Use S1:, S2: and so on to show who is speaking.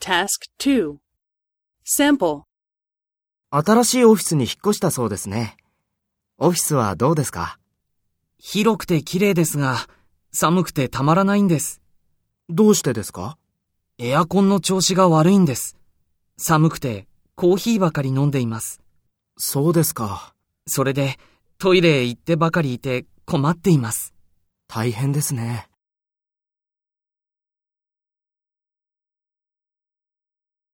S1: Task 2. Sample.
S2: 新しいオフィスに引っ越したそうですね。オフィスはどうですか
S3: 広くて綺麗ですが、寒くてたまらないんです。
S2: どうしてですか
S3: エアコンの調子が悪いんです。寒くてコーヒーばかり飲んでいます。
S2: そうですか。
S3: それでトイレへ行ってばかりいて困っています。
S2: 大変ですね。